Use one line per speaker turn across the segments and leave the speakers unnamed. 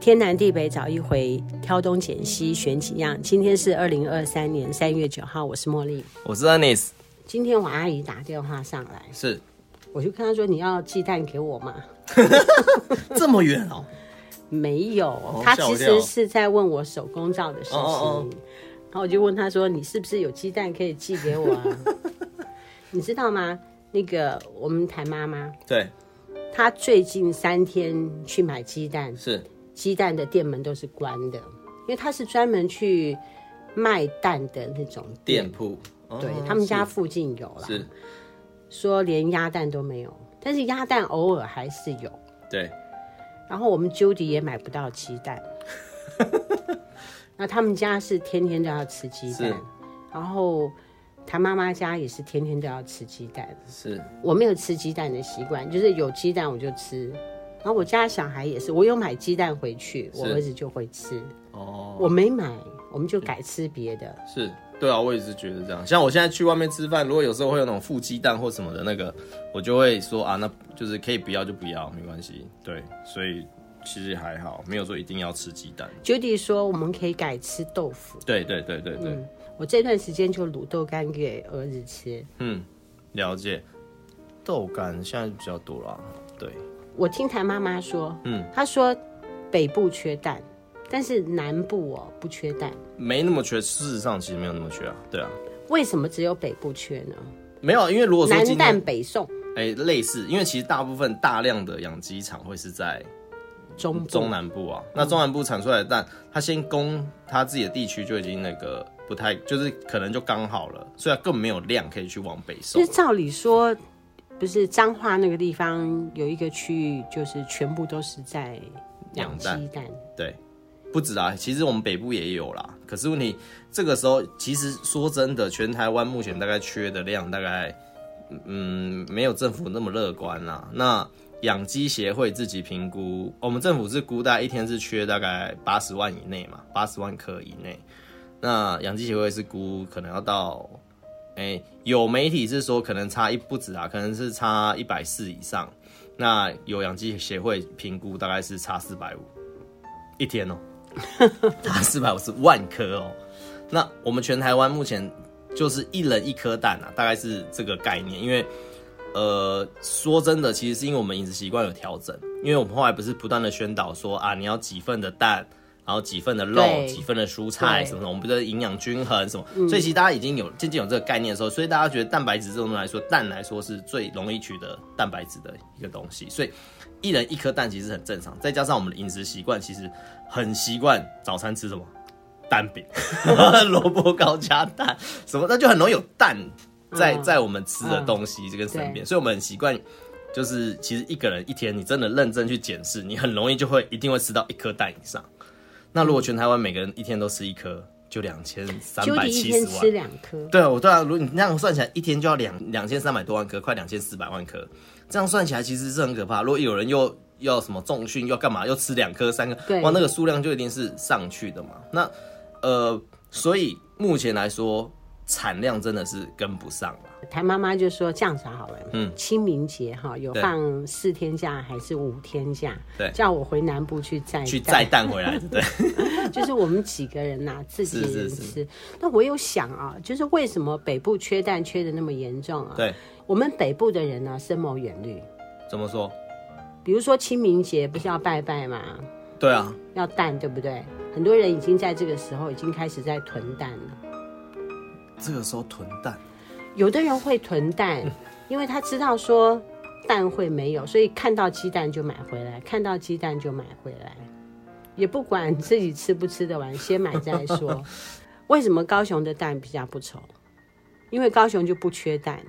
天南地北找一回，挑东拣西选几样。今天是二零二三年三月九号，我是茉莉。
我是 Anis，
今天我阿姨打电话上来，
是
我就跟她说：“你要鸡蛋给我吗
这么远哦，？”
没有，她
吓我
其
一跳
实是在问我手工皂的事情。
哦哦哦哦
然后我就问她说：“你是不是有鸡蛋可以寄给我啊？” 你知道吗？那个我们台妈妈，
对，
她最近三天去买鸡蛋，
是
鸡蛋的店门都是关的，因为他是专门去卖蛋的那种
店。铺，哦
对他们家
是
附近有啦，
是，
说连鸭蛋都没有，但是鸭蛋偶尔还是有。
对，
然后我们 Judy 也买不到鸡蛋， 那他们家是天天都要吃鸡蛋
是，
然后他妈妈家也是天天都要吃鸡蛋。
是
我没有吃鸡蛋的习惯，就是有鸡蛋我就吃。然后我家小孩也是，我有买鸡蛋回去，我
是
儿子就会吃。
哦，
我没买，我们就改吃别的。
是对啊，我也是觉得这样。像我现在去外面吃饭，如果有时候会有那种负鸡蛋或什么的那个，我就会说啊，那就是可以不要就不要，没关系。对，所以其实还好，没有说一定要吃鸡蛋。
Judy 说我们可以改吃豆腐。
对对对对对，
我这段时间就卤豆干给儿子吃。
嗯，了解。豆干现在比较多啦，对，
我听谭妈妈说，
嗯，
她说北部缺蛋，但是南部哦不缺蛋，
没那么缺，事实上其实没有那么缺啊，对啊，
为什么只有北部缺呢？
没有，因为如果说
南
今天
蛋北送，
哎、类似，因为其实大部分大量的养鸡场会是在
中部
中南部啊。那中南部产出来的蛋，它先供它自己的地区就已经那个不太，就是可能就刚好了，所以它更没有量可以去往北
就
送
是。照理说，不是彰化那个地方有一个区域，就是全部都是在养
养
鸡
蛋
蛋。
对，不止啊，其实我们北部也有啦。可是问题，这个时候其实说真的，全台湾目前大概缺的量大概，嗯，没有政府那么乐观啦。那养鸡协会自己评估，哦我们政府是估大概一天是缺大概八十万以内嘛，八十万颗以内。那养鸡协会是估可能要到，哎、有媒体是说可能差一不止啊，可能是差一百四以上。那有养鸡协会评估大概是差四百五，一天哦，它四百五十万颗哦。那我们全台湾目前就是一人一颗蛋啊，大概是这个概念。因为呃，说真的，其实是因为我们饮食习惯有调整，因为我们后来不是不断的宣导说啊，你要几份的蛋。然后几份的肉，
对
几份的蔬菜
对嗯
什么的，我们不是营养均衡什么，所以其实大家已经有渐渐有这个概念的时候，所以大家觉得蛋白质这种东西来说，蛋来说是最容易取得蛋白质的一个东西，所以一人一颗蛋其实很正常，再加上我们的饮食习惯，其实很习惯早餐吃什么蛋 饼、萝卜糕加蛋什么，那就很容易有蛋在、
嗯
在我们吃的东西这个身边，所以我们很习惯。就是其实一个人一天，你真的认真去检视，你很容易就会一定会吃到一颗蛋以上。那如果全台湾每个人一天都吃一颗，就两千三
Judy
百
一
七
天
十
吃
万。
两颗，
对啊，我对啊，如果你那样算起来，一天就要两两千三百多万颗，快两千四百万颗，这样算起来其实是很可怕。如果有人又要什么重训，要干嘛，又吃两颗、三颗
对，
哇，那个数量就一定是上去的嘛。那呃，所以目前来说，产量真的是跟不上了。
谭妈妈就说这样子好了，嗯，
嗯
清明节哈有
对
放四天假还是五天假？
对
叫我回南部去载
去
蛋
再蛋回 来，对，
就是我们几个人呐、 自己人
是
吃。
是
那我有想啊，就是为什么北部缺蛋缺的那么严重啊？
对，
我们北部的人呢、深谋远虑，
怎么说？
比如说清明节不是要拜拜嘛，
对啊，
要蛋对不对？很多人已经在这个时候已经开始在囤蛋了，
这个时候囤蛋，
有的人会囤蛋，
嗯
因为他知道说。蛋会没有，所以看到鸡蛋就买回来，看到鸡蛋就买回来，也不管自己吃不吃得完，先买再 说。为什么高雄的蛋比较不愁？因为高雄就不缺蛋，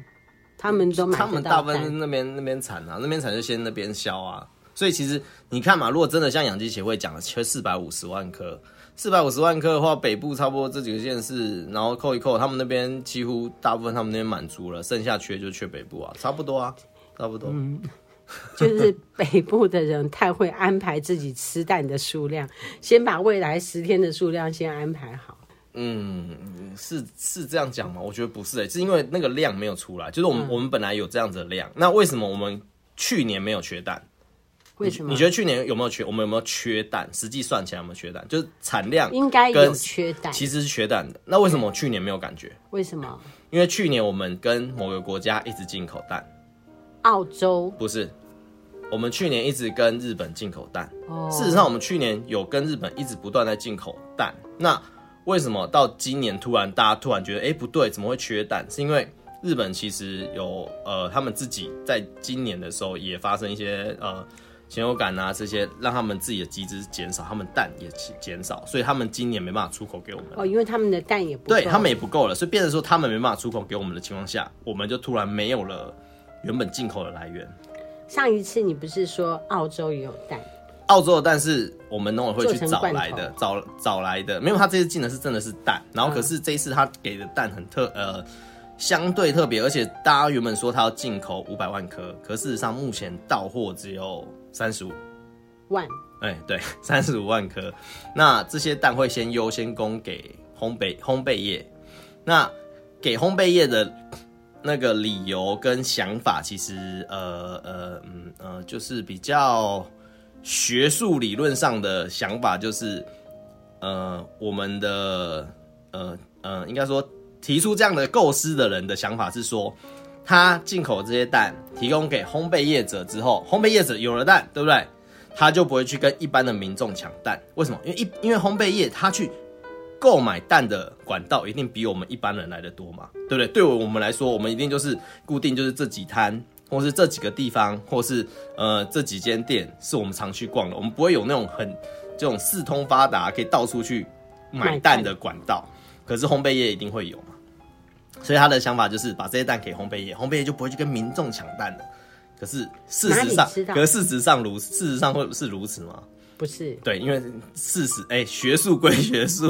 他们都买
他
得
们大
到
部分是
蛋。
那边那边产啊，那边产就先那边销啊。所以其实你看嘛，如果真的像养鸡协会讲的，缺四百五十万颗，四百五十万颗的话，北部差不多这几个县市，然后扣一扣，他们那边几乎大部分他们那边满足了，剩下缺就缺北部啊，差不多啊，差不多。
就是北部的人太会安排自己吃蛋的数量，先把未来十天的数量先安排好。
嗯是是这样讲吗？我觉得不是、欸，是因为那个量嗯没有出来，就是我们、我们本来有这样子的量，那为什么我们去年没有缺蛋？
为什么？
你觉得去年有没有缺？我们有没有缺蛋？实际算起来有没有缺蛋？就是产量
应该有
跟
缺蛋？
其实是缺蛋的。那为什么去年没有感觉？
为什么？
因为去年我们跟某个国家一直进口蛋，
澳洲
不是？我们去年一直跟日本进口蛋。
哦，
事实上，我们去年有跟日本一直不断在进口蛋。那为什么到今年突然大家突然觉得，哎、不对，怎么会缺蛋？是因为日本其实有呃，他们自己在今年的时候也发生一些呃禽流感啊这些，让他们自己的机制减少，他们蛋也减减少，所以他们今年没办法出口给我们。
哦，因为他们的蛋也不
对
够
他们也不够了，所以变成说他们没办法出口给我们的情况下，我们就突然没有了原本进口的来源。
上一次你不是说澳洲也有蛋？
澳洲的蛋是我们农委会去
做成
找
罐头
来的，找找来的，没有他这次进的是真的是蛋，然后可是这一次他给的蛋很特呃相对特别，而且大家原本说他要进口五百万颗，可事实上目前到货只有三十五，
万
哎对， 三十五万颗，那这些蛋会先优先供给烘焙烘焙业，那给烘焙业的那个理由跟想法，其实呃呃嗯呃，就是比较学术理论上的想法，就是呃我们的呃呃，应该说提出这样的构思的人的想法是说，他进口这些蛋提供给烘焙业者之后，烘焙业者有了蛋，对不对？他就不会去跟一般的民众抢蛋，为什么？因为一因为烘焙业他去购买蛋的管道一定比我们一般人来的多嘛，对不对？对我们来说，我们一定就是固定就是这几摊，或是这几个地方，或是呃这几间店是我们常去逛的，我们不会有那种很这种四通发达可以到处去买
买
蛋
蛋
的管道。可是烘焙业一定会有嘛，所以他的想法就是把这些蛋给烘焙业，烘焙业就不会去跟民众抢蛋了。可是事
哪
实
里
上
知，道
可是事实上如事实上会是如此吗？
不是
对，因为事实，哎、学术归学术，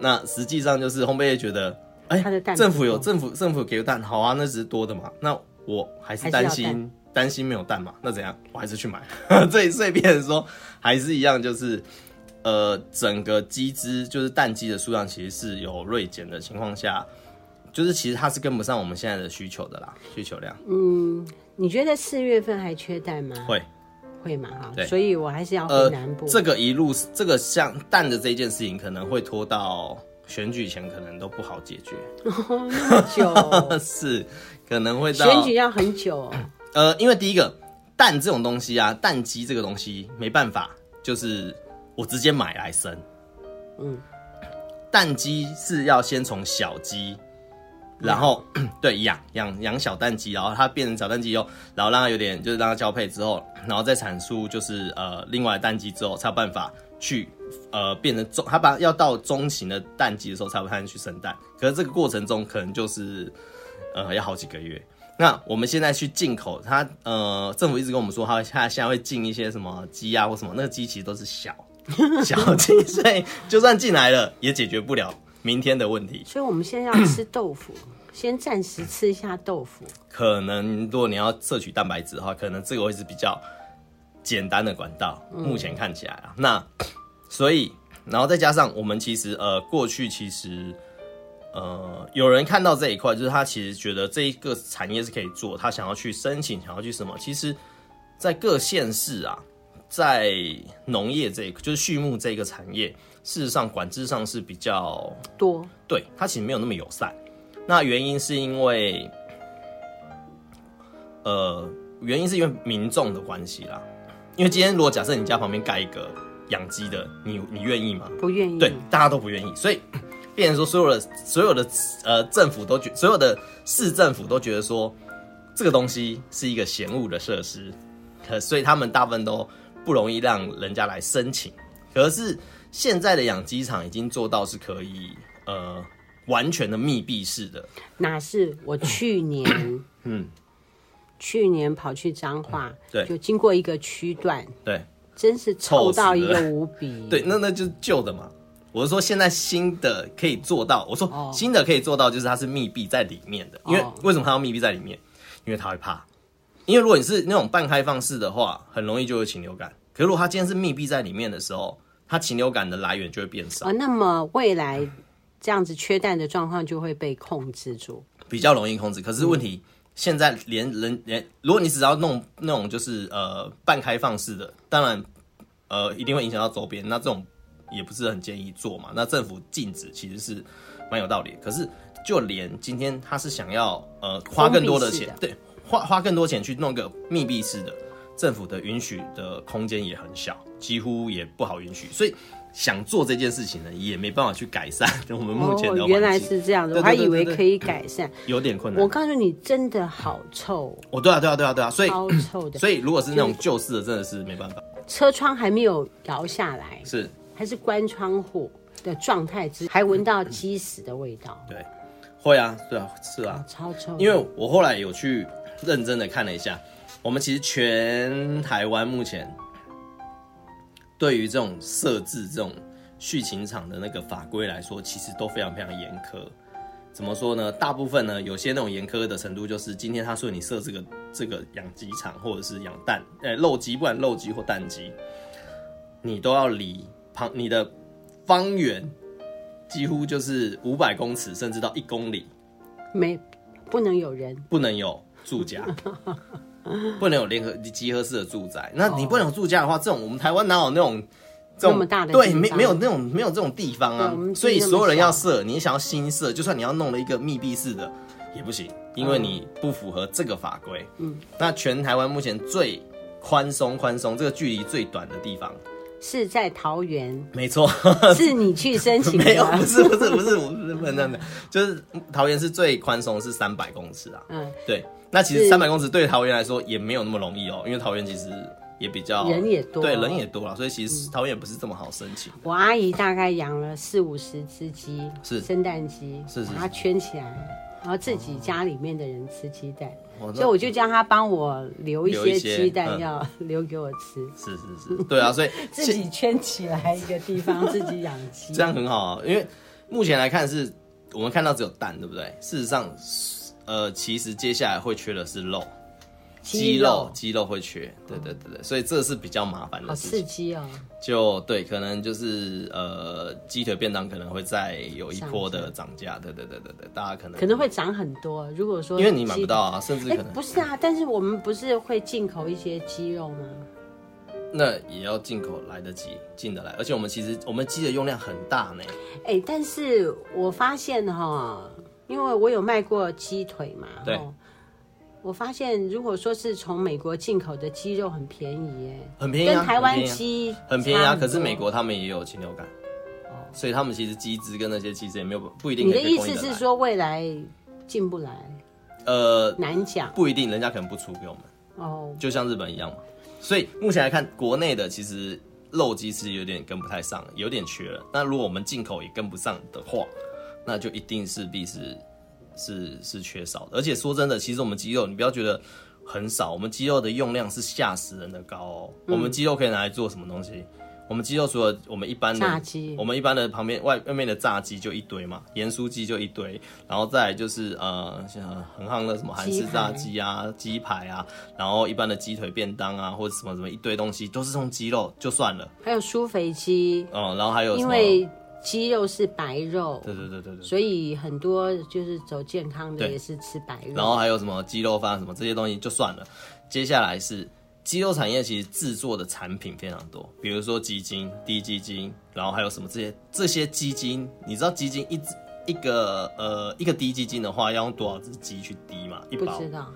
那实际上就是烘焙业觉得，哎、
它的蛋
政府有
不够
政府政府给的蛋，好啊，那只是多的嘛，那我还是
还是
担
要
心
蛋
担心没有蛋嘛，那怎样？我还是去买， 所以所以变成说还是一样，就是呃，整个鸡只就是蛋鸡的数量其实是有锐减的情况下。就是其实它是跟不上我们现在的需求的啦，需求量
你觉得四月份还缺蛋吗？
会
会嘛哈，
对
所以我还是要
呃
回南部。
这个一路这个像蛋的这件事情，可能会拖到选举前，可能都不好解决。
么 久哦
是，可能会到
选举要很久哦、
呃，因为第一个蛋这种东西啊，蛋鸡这个东西没办法，就是我直接买来生。
嗯，
蛋鸡是要先从小鸡，然后对养养养小蛋鸡，然后它变成小蛋鸡以后，然后让它有点就是让它交配之后，然后再产出就是呃另外的蛋鸡之后，才有办法去呃变成中，它把要到中型的蛋鸡的时候才会开始去生蛋。可是这个过程中可能就是呃要好几个月。那我们现在去进口它，呃，政府一直跟我们说，它它现在会进一些什么鸡啊或什么，那个鸡其实都是小 小鸡，所以就算进来了也解决不了明天的问题。
所以我们现在要吃豆 腐，先暂时吃一下豆腐。
可能如果你要摄取蛋白质的话，可能这个会是比较简单的管道。目前看起来啊，那所以然后再加上我们其实呃过去其实呃有人看到这一块，就是他其实觉得这一个产业是可以做，他想要去申请，想要去什么，其实在各县市啊。在农业这一，就是畜牧这个产业，事实上管制上是比较
多
对它其实没有那么友善。那原因是因为，呃，原因是因为民众的关系啦。因为今天如果假设你家旁边盖一个养鸡的，你你愿意吗？
不愿意，
对，大家都不愿意，所以变成说所有的所有的呃政府都觉，所有的市政府都觉得说这个东西是一个嫌恶的设施，可所以他们大部分都不容易让人家来申请。可是现在的养鸡场已经做到是可以呃完全的密闭式的，
哪是我去年， 嗯，去年跑去彰化，
嗯对
就经过一个区段，
对
真是
臭
臭
死
到一
了
个无比。
对，那那就是旧的嘛。我是说，现在新的可以做到。我说
哦
新的可以做到，就是它是密闭在里面的。因为
哦
为什么它要密闭在里面？因为它会怕。因为如果你是那种半开放式的话，很容易就有禽流感。可是如果它今天是密闭在里面的时候，它禽流感的来源就会变少
啊，，那么未来这样子缺蛋的状况就会被控制住。嗯
比较容易控制。可是问题，现在连人连，如果你只要弄那种就是呃半开放式的，当然呃一定会影响到周边，那这种也不是很建议做嘛。那政府禁止其实是蛮有道理的，可是就连今天他是想要呃花更多的
封闭式
钱，
的
对，花花更多钱去弄个密闭式的，政府的允许的空间也很小，几乎也不好允许，所以。想做这件事情呢，也没办法去改善 我们目前的环境、
哦，原来是这样子，
对
我
对
还
对
以为
对嗯
可以改善。
有点困难
我。告诉你，真的好臭，
哦，对啊，对啊，对啊，对啊，所以
超臭的，
所以如果是那种旧式的，真的是没办法。
车窗还没有摇下来，
是，
还是关窗户的状态之，还闻到鸡屎的味道，
对，会啊，对啊，是啊，
超臭的。
因为我后来有去认真的看了一下，我们其实全台湾目前对于这种设置这种畜禽场的那个法规来说，其实都非常非常严苛。怎么说呢？大部分呢，有些那种严苛的程度，就是今天他说你设这个这个养鸡场或者是养蛋，呃、肉鸡，不管肉鸡或蛋鸡，你都要离旁你的方圆几乎就是五百公尺，甚至到一公里，
没不能有人，
不能有住 家，不能有联合集合式的住宅。那你不能有住家的话，这种我们台湾哪有那种这种
那么大的
对，
地方
没没有那种没有这种地方
对
啊
我们。地
所以
那么
所有人
小
要设，你想要新设，就算你要弄了一个密闭式的也不行，因为你不符合这个法规。嗯，那全台湾目前最宽松宽松这个距离最短的地方，
是在桃园，
没错，
是你去申请
没有，不
的。
是不是不是，我不是不能这样讲，就是桃园是最宽松是三百公尺啊。
嗯，
对，那其实
是
三百公尺对桃园来说也没有那么容易哦，因为桃园其实也比较
人也多嗯
对人也多了，所以其实桃园也不是这么好申 请。
我阿姨大概养了四五十只鸡，
是
生蛋鸡，
是是
把它圈起来，然后自己家里面的人吃鸡蛋，
哦
所以
那
我就叫她帮我留一
留一
些
些
鸡蛋
嗯
要 留给我吃，
是是是，对啊，所以
自己圈起来一个地方自己养鸡
这。样很好、啊，因为目前来看是我们看到只有蛋，对不对？事实上，呃，其实接下来会缺的是肉，
鸡
鸡
肉
肉鸡肉会缺，对对对对，所以这是比较麻烦
好
的事
刺
情。
激哦！
就对，可能就是呃，鸡腿便当可能会再有一波的涨价，对对对对对，大家可能
可能会涨很多。如果说
因为你买
鸡
不到啊，甚至
哎、
可能
不是啊，但是我们不是会进口一些鸡肉吗？
那也要进口来得及，进得来。而且我们其实我们鸡的用量很大呢，
哎、但是我发现哈，因为我有卖过鸡腿嘛，
对
齁。我发现，如果说是从美国进口的鸡肉很便宜耶，
很便宜、啊，
跟台湾
很便宜
鸡
啊很便宜
差
啊。可
多哦
是美，国他们也有禽流感，所以他们其实鸡汁跟那些其实也没有不一定
你
可
的
以被
意
供应
思
得来
是，说未来进不来，
呃，
难讲
不一定，人家可能不出给我们，
哦。
就像日本一样嘛。所以目前来看，国内的其实肉鸡是有点跟不太上了，有点缺了。那如果我们进口也跟不上的话，那就一定势必是是是缺少的。而且说真的，其实我们鸡肉，你不要觉得很少，我们鸡肉的用量是吓死人的高哦。
嗯
我们鸡肉可以拿来做什么东西？我们鸡肉除了我们一般的
炸鸡
我们一般的旁边外外面的炸鸡就一堆嘛，盐酥鸡就一堆，然后再来就是呃像很夯的什么韩式炸鸡啊、鸡排啊，然后一般的鸡腿便当啊或者什么什么一堆东西都是用鸡肉就算了，
还有酥肥鸡，
嗯，然后还有什
因
么？
为鸡肉是白肉，
对对对对对。
所以很多就是走健康的
对
也是吃白肉。
然后还有什么鸡肉饭什么这些东西就算了。接下来是鸡肉产业，其实制作的产品非常多，比如说鸡精、低鸡精，然后还有什么这些这些鸡精，你知道鸡精一只一个呃一个低鸡精的话，要用多少只鸡去滴嘛？一
不
包
知，道，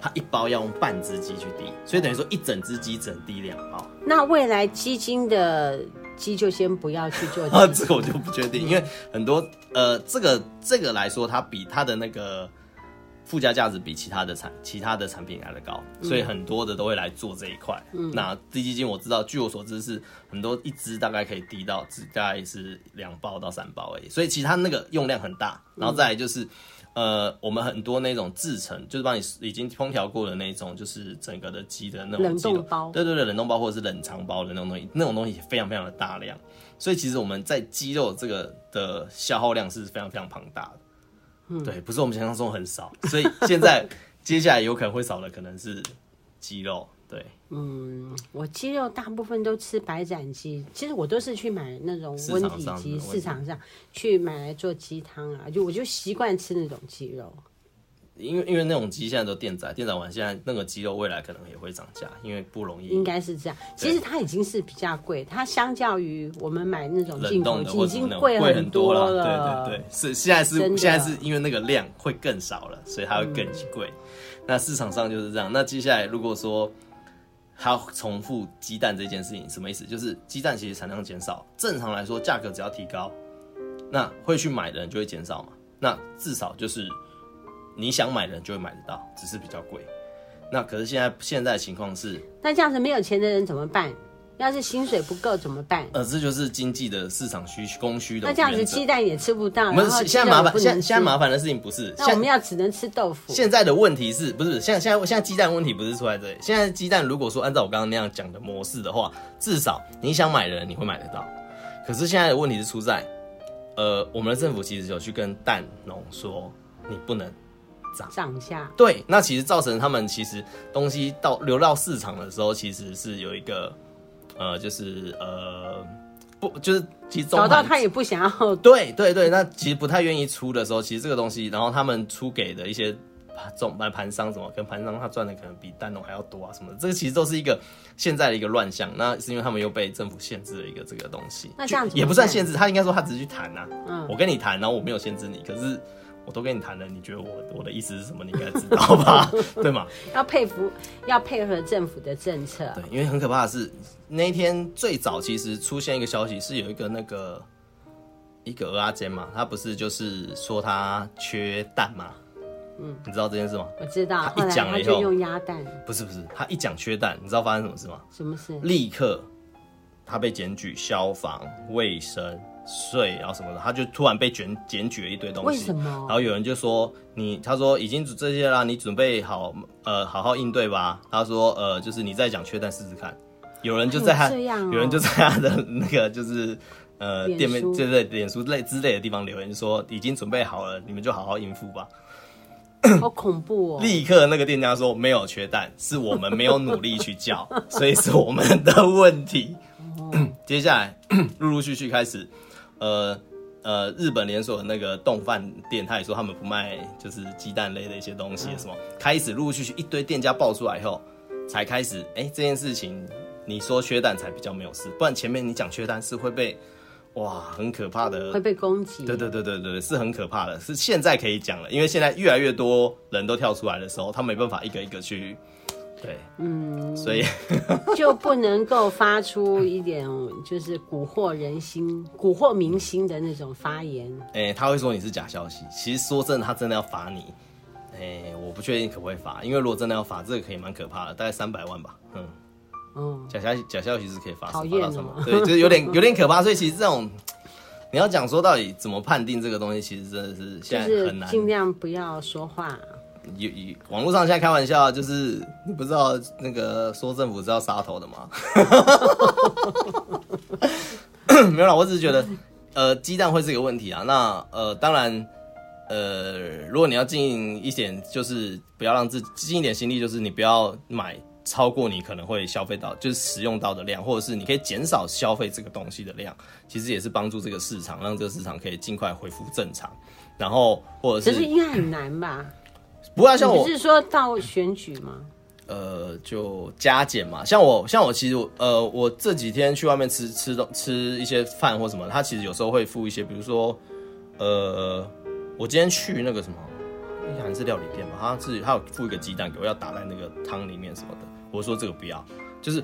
它一包要用半只鸡去滴，所以等于说一整只鸡只能滴两包。
那未来鸡精的鸡就先不要去 做
啊，
鸡
这个我就不确定，因为很多呃，这个这个来说，它比它的那个附加价值比其他的产其他的产品来的高，所以很多的都会来做这一块。那低基金我知道，据我所知是很多一支大概可以低到只大概是两包到三包而已，所以其他那个用量很大。然后再来就是。呃，我们很多那种制成，就是帮你已经烹调过的那种，就是整个的鸡的那种
冷
鸡肉
冻包
对对对，冷冻包或者是冷藏包的那种东西，那种东西也非常非常的大量。所以其实我们在肌肉这个的消耗量是非常非常庞大的，
嗯
对，不是我们想象中很少，所以现在接下来有可能会少的可能是肌肉，对，
我鸡肉大部分都吃白斩鸡，其实我都是去买那种
市
温
场
体
上
鸡，
的
市
温嗯
场上去买来做鸡汤啊，就我就习惯吃那种鸡肉。
因为因为那种鸡现在都电宰，电宰完现在那个鸡肉未来可能也会涨价，因为不容易
应该是这样。其实它已经是比较贵，它相较于我们买那种进口
冷冻的
鸡已
或者什么
经
那种
贵
贵很
多
了。对对对，是现在是
真的
现在是因为那个量会更少了，所以它会更
嗯
贵。那市场上就是这样。那接下来如果说它重复鸡蛋这件事情，什么意思？就是鸡蛋其实产量减少，正常来说价格只要提高，那会去买的人就会减少嘛。那至少就是你想买的人就会买得到，只是比较贵。那可是现在现在的情况是，
那这样子没有钱的人怎么办？要是薪水不够怎么办？
呃，这就是经济的市场需供需的
那这样子
原则
鸡蛋也吃不到，
我
啊然
们
后
现在麻
肉
烦，
不
现
能
在
吃
现在麻烦的事情不是
那我
现
们要只能吃豆腐。
现在的问题是不是现在现在现在鸡蛋问题不是出在这里？现在鸡蛋如果说按照我刚刚那样讲的模式的话，至少你想买的人你会买得到。可是现在的问题是出在，呃，我们的政府其实有去跟蛋农说你不能
涨价，
对，那其实造成他们其实东西到流到市场的时候，其实是有一个呃，就是呃不就是其实中
搞到
盘
他也不想要
对对对，那其实不太愿意出的时候，其实这个东西，然后他们出给的一些总盘盘商什么，跟盘商他赚的可能比蛋农还要多啊什么的，这个其实都是一个现在的一个乱象。那是因为他们又被政府限制了一个这个东西，
那这样
就
怎么
也不算
办
限制，他应该说他只是去谈呐、
嗯
我跟你谈，然后我没有限制你，可是。我都跟你谈了，你觉得我我的意思是什么？你应该知道吧， 对吗？
要配服，要配合政府的政策。
对，因为很可怕的是，那一天最早其实出现一个消息，是有一个那个一个鹅阿坚嘛，他不是就是说他缺蛋嘛，嗯，你知道这件事吗？
我知道，
他一
后来
讲了
他
以
就
后
用鸭蛋，
不是不是，他一讲缺蛋，你知道发生什么事吗？
什么事？
立刻他被检举消防、卫生、税，然后什么的，他就突然被卷检举了一堆东西。
为什么
然后有人就说你，他说已经准这些啦，你准备好呃好好应对吧。他说呃就是你再讲缺蛋试试看。有人就在他，
还有这样哦
有人就在他的那个就是。呃，
脸
店面
书
对对，脸书类之类的地方留言说已经准备好了，你们就好好应付吧。
好恐怖哦！
立刻那个店家说没有缺蛋，是我们没有努力去叫，所以是我们的问题。 接下来 陆陆续续开始，呃呃，日本连锁的那个冻饭店，他也说他们不卖就是鸡蛋类的一些东西，什么、开始陆陆续续一堆店家爆出来以后，才开始哎、这件事情，你说缺蛋才比较没有事，不然前面你讲缺蛋是会被哇很可怕的
会被攻击。
对对对对对，是很可怕的，是现在可以讲了，因为现在越来越多人都跳出来的时候，他没办法一个一个去，对，嗯，所以
就不能够发出一点就是蛊惑人心、蛊惑民心的那种发言。
诶、他会说你是假消息，其实说真的，他真的要罚你，诶、我不确定可不可以罚，因为如果真的要罚，这个可以蛮可怕的，大概三百万吧，嗯，
嗯，
假消息假消息是可以罚，
讨
罚
厌
到
哦
什么？对，就是有点有点可怕，所以其实这种。你要讲说到底怎么判定这个东西，其实真的是
就
现在
是
很难。
尽量不要说话。
有有网络上现在开玩笑，就是你不知道那个说政府是要杀头的吗？ 没有啦，我只是觉得，呃，鸡蛋会是一个问题啊。那呃，当然，呃，如果你要尽一点，就是不要让自己尽一点心力，就是你不要买超过你可能会消费到，就是使用到的量，或者是你可以减少消费这个东西的量，其实也是帮助这个市场，让这个市场可以尽快恢复正常。然后或者
可
是
是应该很难吧？
不要
你
像我
不是说到选举吗？
呃，就加减嘛。像我，像我其实我呃，我这几天去外面吃吃东吃一些饭或什么，他其实有时候会付一些，比如说，呃，我今天去那个什么，哎应该还是料理店吧，他是他有付一个鸡蛋给我，要打在那个汤里面什么的。我说这个不要，就是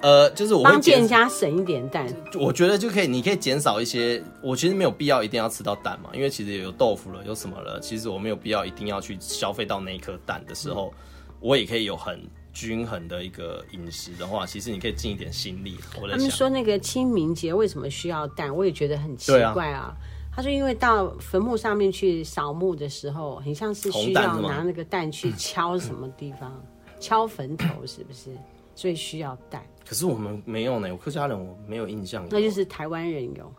呃，就是我会
帮
减
店家省一点蛋，
我觉得就可以，你可以减少一些。我其实没有必要一定要吃到蛋嘛，因为其实有豆腐了，有什么了，其实我没有必要一定要去消费到那一颗蛋的时候，我也可以有很均衡的一个饮食的话，其实你可以尽一点心力。我在
他们啊
想，
说那个清明节为什么需要蛋，我也觉得很奇
对啊
怪啊。他说，因为到坟墓上面去扫墓的时候，很像是需
红蛋
要
是吗
拿那个蛋去敲什么地 方，敲坟头是不是？所以需要蛋，
嗯可是我们没有呢，我客家人我没有印象有。
那就是台湾人有。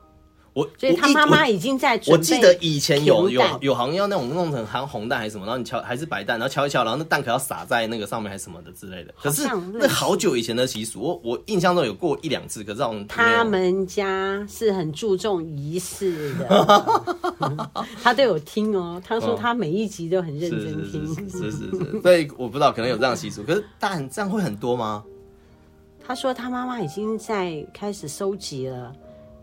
我
所以他妈
我
妈已经在
我
准备
记得以前有
平
有
蛋
有好像要那种弄成含红蛋还是什么，然后你敲还是白蛋，然后敲一敲，然后那蛋壳要撒在那个上面还是什么的之类的。可是
好像类似
那好久以前的习俗，我我印象中有过一两次，可是好像没有
他们家是很注重仪式的， 嗯他都有听哦。他说他每一集都很认
是
真
是
听。
是是是是是，所以我不知道可能有这样的习俗，可是蛋这样会很多吗？
他说他妈妈已经在开始收集了，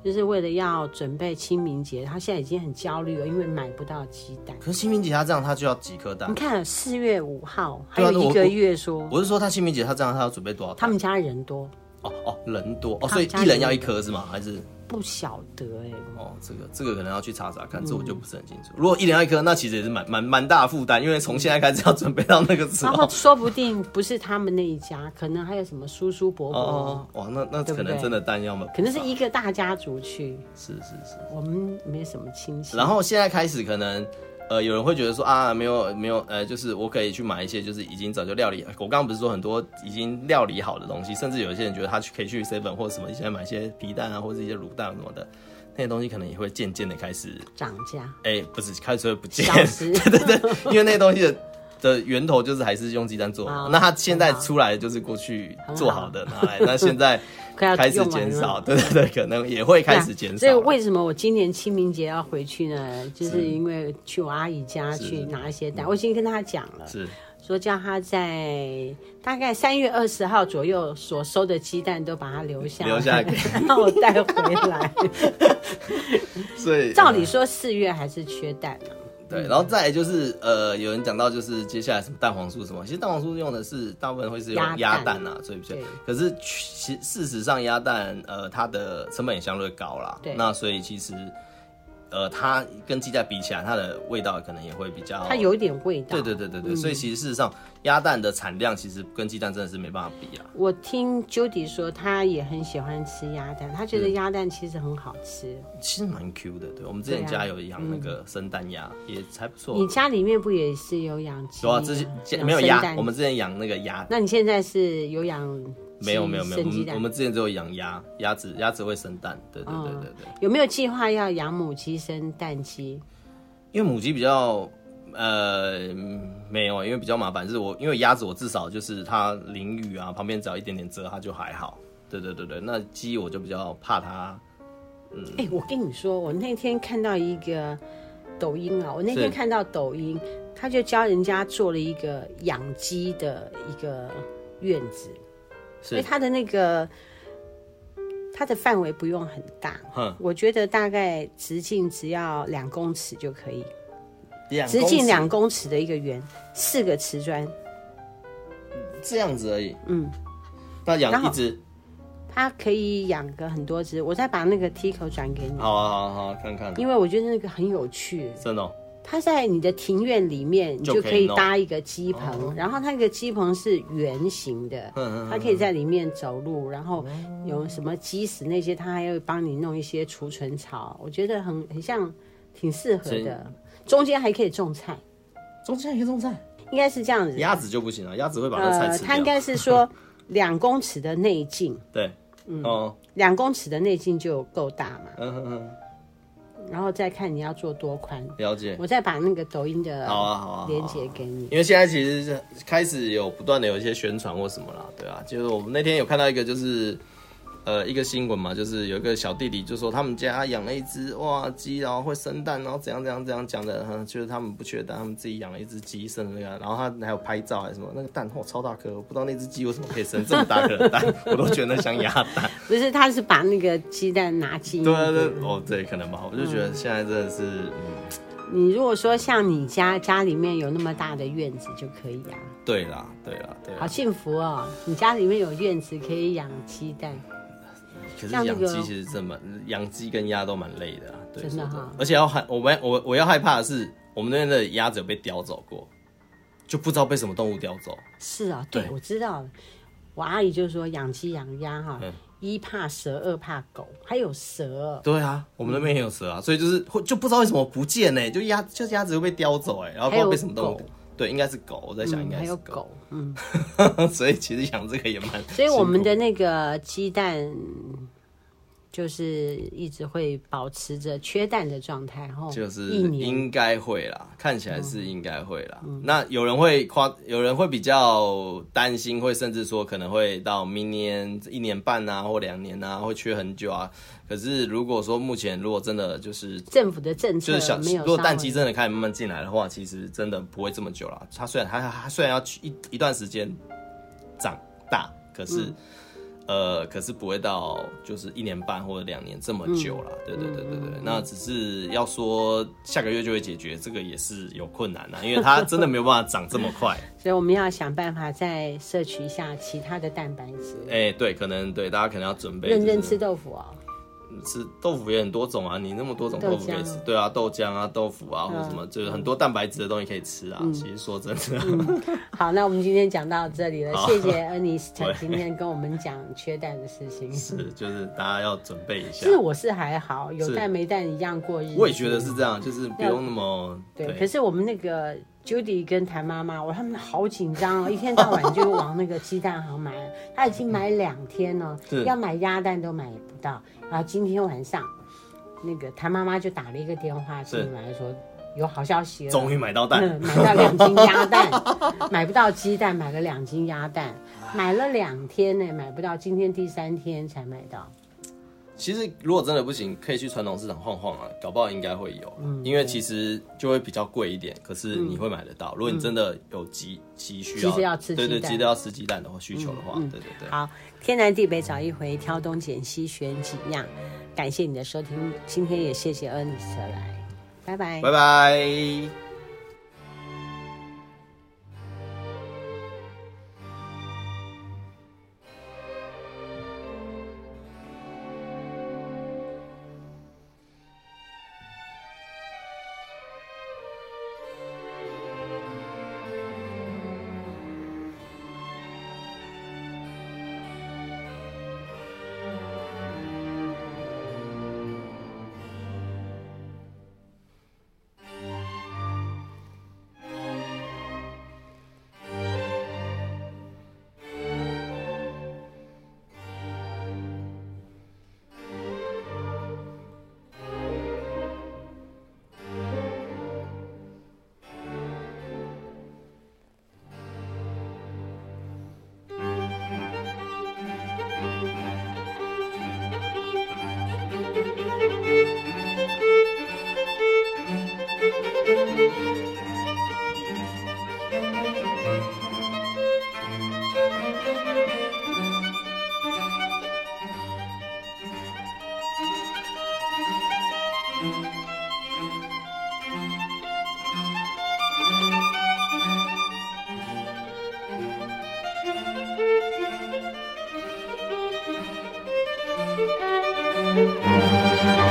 就是为了要准备清明节。他现在已经很焦虑了，因为买不到鸡蛋。
可是清明节他这样他就要几颗蛋
你？看，四月五号还
对啊
有一
我
个
我
月说，
我是说他清明节他这样他要准备多少
他
蛋？
们家人多，
哦哦人多
他
哦，所
们
以
家
一人
人
要一颗是吗？还是？
不晓得哎、
哦，这个这个可能要去查查看，这我就不是很清
嗯
楚。如果一人要一颗，那其实也是蛮蛮蛮大的负担，因为从现在开始要准备到那个时
然
候
后。说不定不是他们那一家，可能还有什么叔叔伯伯，
哦，哇，那那
对不
可
对
能真的弹药嘛，
可能是一个大家族去，
是是是。
我们没什么亲戚。
然后现在开始可能。呃，有人会觉得说啊，没有没有，呃，就是我可以去买一些，就是已经早就料理。我刚刚不是说很多已经料理好的东西，甚至有一些人觉得他去可以去 seven 或者什么，现在买一些皮蛋啊，或者一些卤蛋什么的，那些东西可能也会渐渐的开始
涨价，
哎、不是开始会不见，
消失
对对对，因为那个东西的的源头就是还是用鸡蛋做的嘛
哦
那它现在出来就是过去做好的拿来，那现在
快 要
开始
用完
减
了
少，对对对，可能也会开始减少
啊所以。为什么我今年清明节要回去呢？就是因为去我阿姨家去拿一些蛋，我已经跟她讲了，
嗯是
说叫她在大概三月二十号左右所收的鸡蛋都把它留下来，
留下来
让我带回 来。
所以
照理说四月还是缺蛋啊，
对，然后再来就是呃，有人讲到就是接下来什么蛋黄酥什么，其实蛋黄酥用的是大部分会是用
鸭
鸭
蛋
蛋啊，所以比较
对。
可是其事实上鸭蛋呃它的成本也相对高啦，
对
那所以其实呃它跟鸡蛋比起来，它的味道可能也会比较
它有一嗯点味道。
对对对对对，所以其实事实上，鸭蛋的产量其实跟鸡蛋真的是没办法比啊。
我听 Judy 说，她也很喜欢吃鸭蛋，她觉得鸭蛋其实很好吃。
其实蛮 Q 的，对我们之前
对啊嗯
家有养那个生蛋鸭，也还不错
你。家里面不也是有养鸡
有
吗？
啊，之前家
养
没有
生
鸭，
蛋
我们之前养那个鸭，
那你现在是有养鸡
没有没有没有，我
生鸡
们
蛋
我们之前只有养鸭，鸭子鸭子会生蛋，对对对
嗯
对对，
有没有计划要养母鸡生蛋鸡？
因为母鸡比较。呃，嗯没有，因为比较麻烦，就是我因为鸭子，我至少就是它淋雨啊，旁边只要一点点遮，它就还好。对对对对，那鸡我就比较怕它。嗯
哎、我跟你说，我那天看到一个抖音啊，我那天
是
看到抖音，他就教人家做了一个养鸡的一个院子，所以
是，
它的那个它的范围不用很大，
哼，
我觉得大概直径只要两公尺就可以，
两
直
公
径
尺
两公尺的一个圆，四个瓷砖，
这样子而已。
嗯，
那
然
养
后
一只，
它可以养个很多只。我再把那个 T 口转给你，
好啊好啊好啊，看看，
因为我觉得那个很有趣。
真的哦、
它在你的庭院里面，你
就
就
可
可
以
以
弄
搭一个鸡棚，然后它那个鸡棚是圆形的，
哦嗯嗯
它可以在里面走路，然后有什么鸡屎那些，它还会帮你弄一些储存槽，我觉得很很像，挺适合
所以
的。中间还可以种菜，
中间一个种菜，
应该是这样子。
鸭子就不行了，鸭子会把那菜
呃，
吃掉。
它应该是说两公尺的内径，
对，哦，
两公尺的内径就够大嘛，
嗯哼哼，
然后再看你要做多宽。
了解。
我再把那个抖音的
好啊好啊好啊
连接给你。
因为现在其实是开始有不断的有一些宣传或什么啦，对啊，就是我们那天有看到一个就是。呃，一个新闻嘛，就是有一个小弟弟就说他们家养了一只哇鸡，然后会生蛋，然后怎样怎样怎样讲的，嗯就是他们不缺蛋，他们自己养了一只鸡生了那个，然后他还有拍照还是什么，那个蛋哦超大颗，我不知道那只鸡为什么可以生这么大颗的蛋， 我都觉得那像鸭蛋。
不是，他是把那个鸡蛋拿进。
对啊，对哦，对，可能吧。我就觉得现在真的是，嗯，
你如果说像你家家里面有那么大的院子就可以啊，
对啦，对啦，对
好
啦。
幸福哦！你家里面有院子可以养鸡蛋，
可是
像那
养
个
鸡其实真蛮，养鸡跟鸭都蛮累的啊。对，
真的
说
哈
而且要害我们，我我要害怕的是，我们那边的鸭子有被叼走过，就不知道被什么动物叼走。
是啊、对
对
我知道了。我阿姨就说养鸡养鸭哈、
嗯
一怕蛇，二怕狗，还有蛇。
对啊，我们那边也有蛇啊，所以就是会就不知道为什么不见呢、就鸭就鸭子又被叼走哎、然后不知
还
道
有
被什么动物
狗。
对，应该是狗，我在想应
嗯，
该
还
是
有
狗，
狗，嗯，
所以其实养这个也蛮辛苦的。
所以我们的那个鸡蛋就是一直会保持着缺蛋的状态，吼，
就是
哦一年嗯
应该会啦，看起来是应该会啦。那有人会夸，有人会比较担心，会甚至说可能会到明年一年半啊，或两年啊，会缺很久啊。可是如果说目前如果真的就是
政府的政
就
策
是想，
没有稍
如果
微
淡季真的开始慢慢进来的话，其实真的不会这么久了。它虽然它它它虽然要去一一段时间长大，可是、
嗯
呃，可是不会到就是一年半或者两年这么久
嗯
了。对对对对对，那只是要说下个月就会解决，这个也是有困难的，因 为它真的没有办法长这么快。
所以我们要想办法再摄取一下其他的蛋白质，
哎、对，可能对大家可能要准备、就是、
嗯认真吃豆腐哦。
吃豆腐也很多种啊，你那么多种
豆
豆腐可以
浆
吃，对啊，豆浆啊、豆腐啊，或者
嗯
什么，就是很多蛋白质的东西可以吃啊。其实说真的，
嗯好，那我们今天讲到这里了，
好
谢谢 Ernest
对
今天跟我们讲缺蛋的事 情。
是就是大家要准备一下
是。我是还好，有
是
蛋没蛋一样过日子。
我也觉得是这样，就是不用那么
对，可是我们那个 Judy 跟谭妈妈，我他们好紧张哦，一 天到晚就往那个鸡蛋行买，她已经买两天了
是，
要买鸭蛋都买不到。然后今天晚上，那个谭妈妈就打了一个电话进来说，有好消息了，
终于买到蛋
嗯，，买到两斤鸭 蛋，买不到鸡蛋，买了两斤鸭蛋，买了两天呢，买不到，今天第三天才买到。
其实如果真的不行，可以去传统市场晃晃啊，搞不好应该会有啦，
嗯
因为其实就会比较贵一点，可是你会买得到。如果你真的有急急需
嗯急着要吃
对对，
鸡蛋嗯
急着要吃鸡蛋的话，需求的话，对对对，
好，天南地北找一回，挑东拣西选几样。感谢你的收听，今天也谢谢 Ernest 来，拜拜。
拜拜。
Thank